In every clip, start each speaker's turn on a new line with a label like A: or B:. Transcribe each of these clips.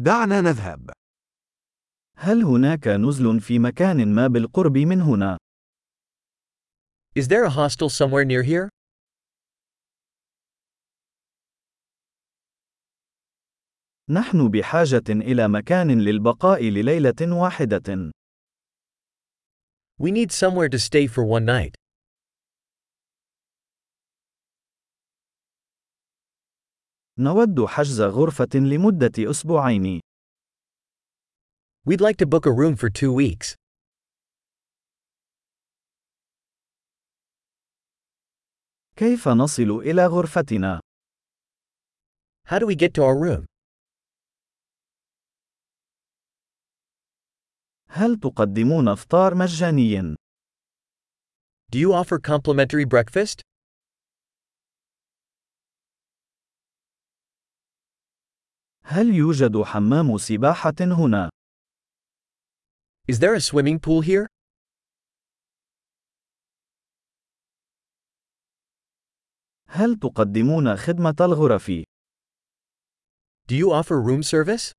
A: دعنا نذهب.
B: هل هناك نزل في مكان ما بالقرب من هنا؟
C: Is there a hostel somewhere near here?
B: نحن بحاجة إلى مكان للبقاء لليلة واحدة.
C: We need somewhere to stay for one night.
B: نود حجز غرفة لمدة أسبوعين.
C: We'd like to book a room for two weeks.
B: كيف نصل إلى غرفتنا؟
C: How do we get to our room?
B: هل تقدمون إفطار مجاني؟
C: Do you offer complimentary breakfast?
B: هل يوجد حمام سباحة هنا؟
C: Is there a swimming pool here?
B: هل تقدمون خدمة الغرف؟
C: Do you offer room service?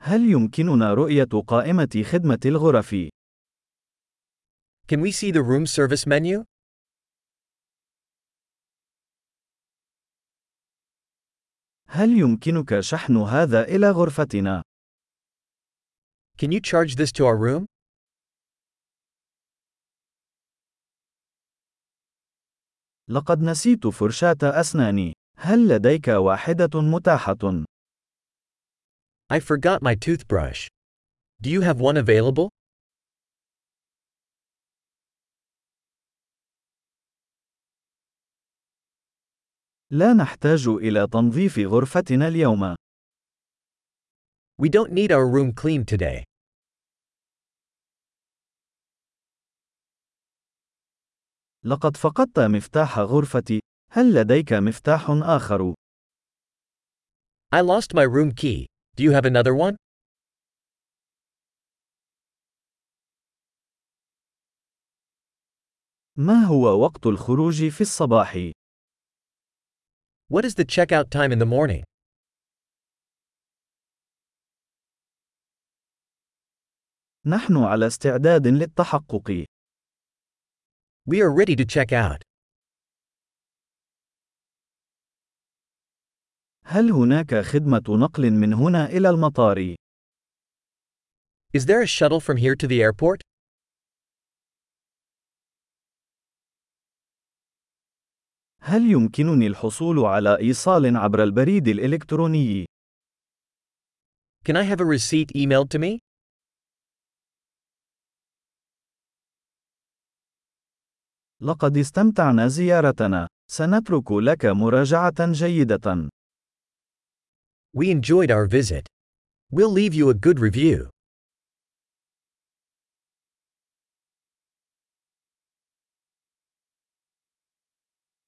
B: هل يمكننا رؤية قائمة خدمة الغرف؟
C: Can we see the room service menu?
B: هل يمكنك شحن هذا إلى غرفتنا؟
C: Can you charge this to our room?
B: لقد نسيت فرشاة أسناني. هل لديك واحدة متاحة؟
C: I forgot my toothbrush. Do you have one available?
B: لا نحتاج إلى تنظيف غرفتنا اليوم.
C: We don't need our room cleaned today.
B: لقد فقدت مفتاح غرفتي. هل لديك مفتاح آخر؟
C: I lost my room key. Do you have another one?
B: ما هو وقت الخروج في الصباح؟
C: What is the checkout time in the morning?
B: نحن على استعداد للتحقق.
C: We are ready to check out.
B: هل هناك خدمة نقل من هنا إلى المطار؟
C: Is there a shuttle from here to the airport?
B: هل يمكنني الحصول على إيصال عبر البريد الإلكتروني؟
C: Can I have a receipt emailed to me?
B: لقد استمتعنا زيارتنا. سنترك لك مراجعة جيدة.
C: We enjoyed our visit. We'll leave you a good review.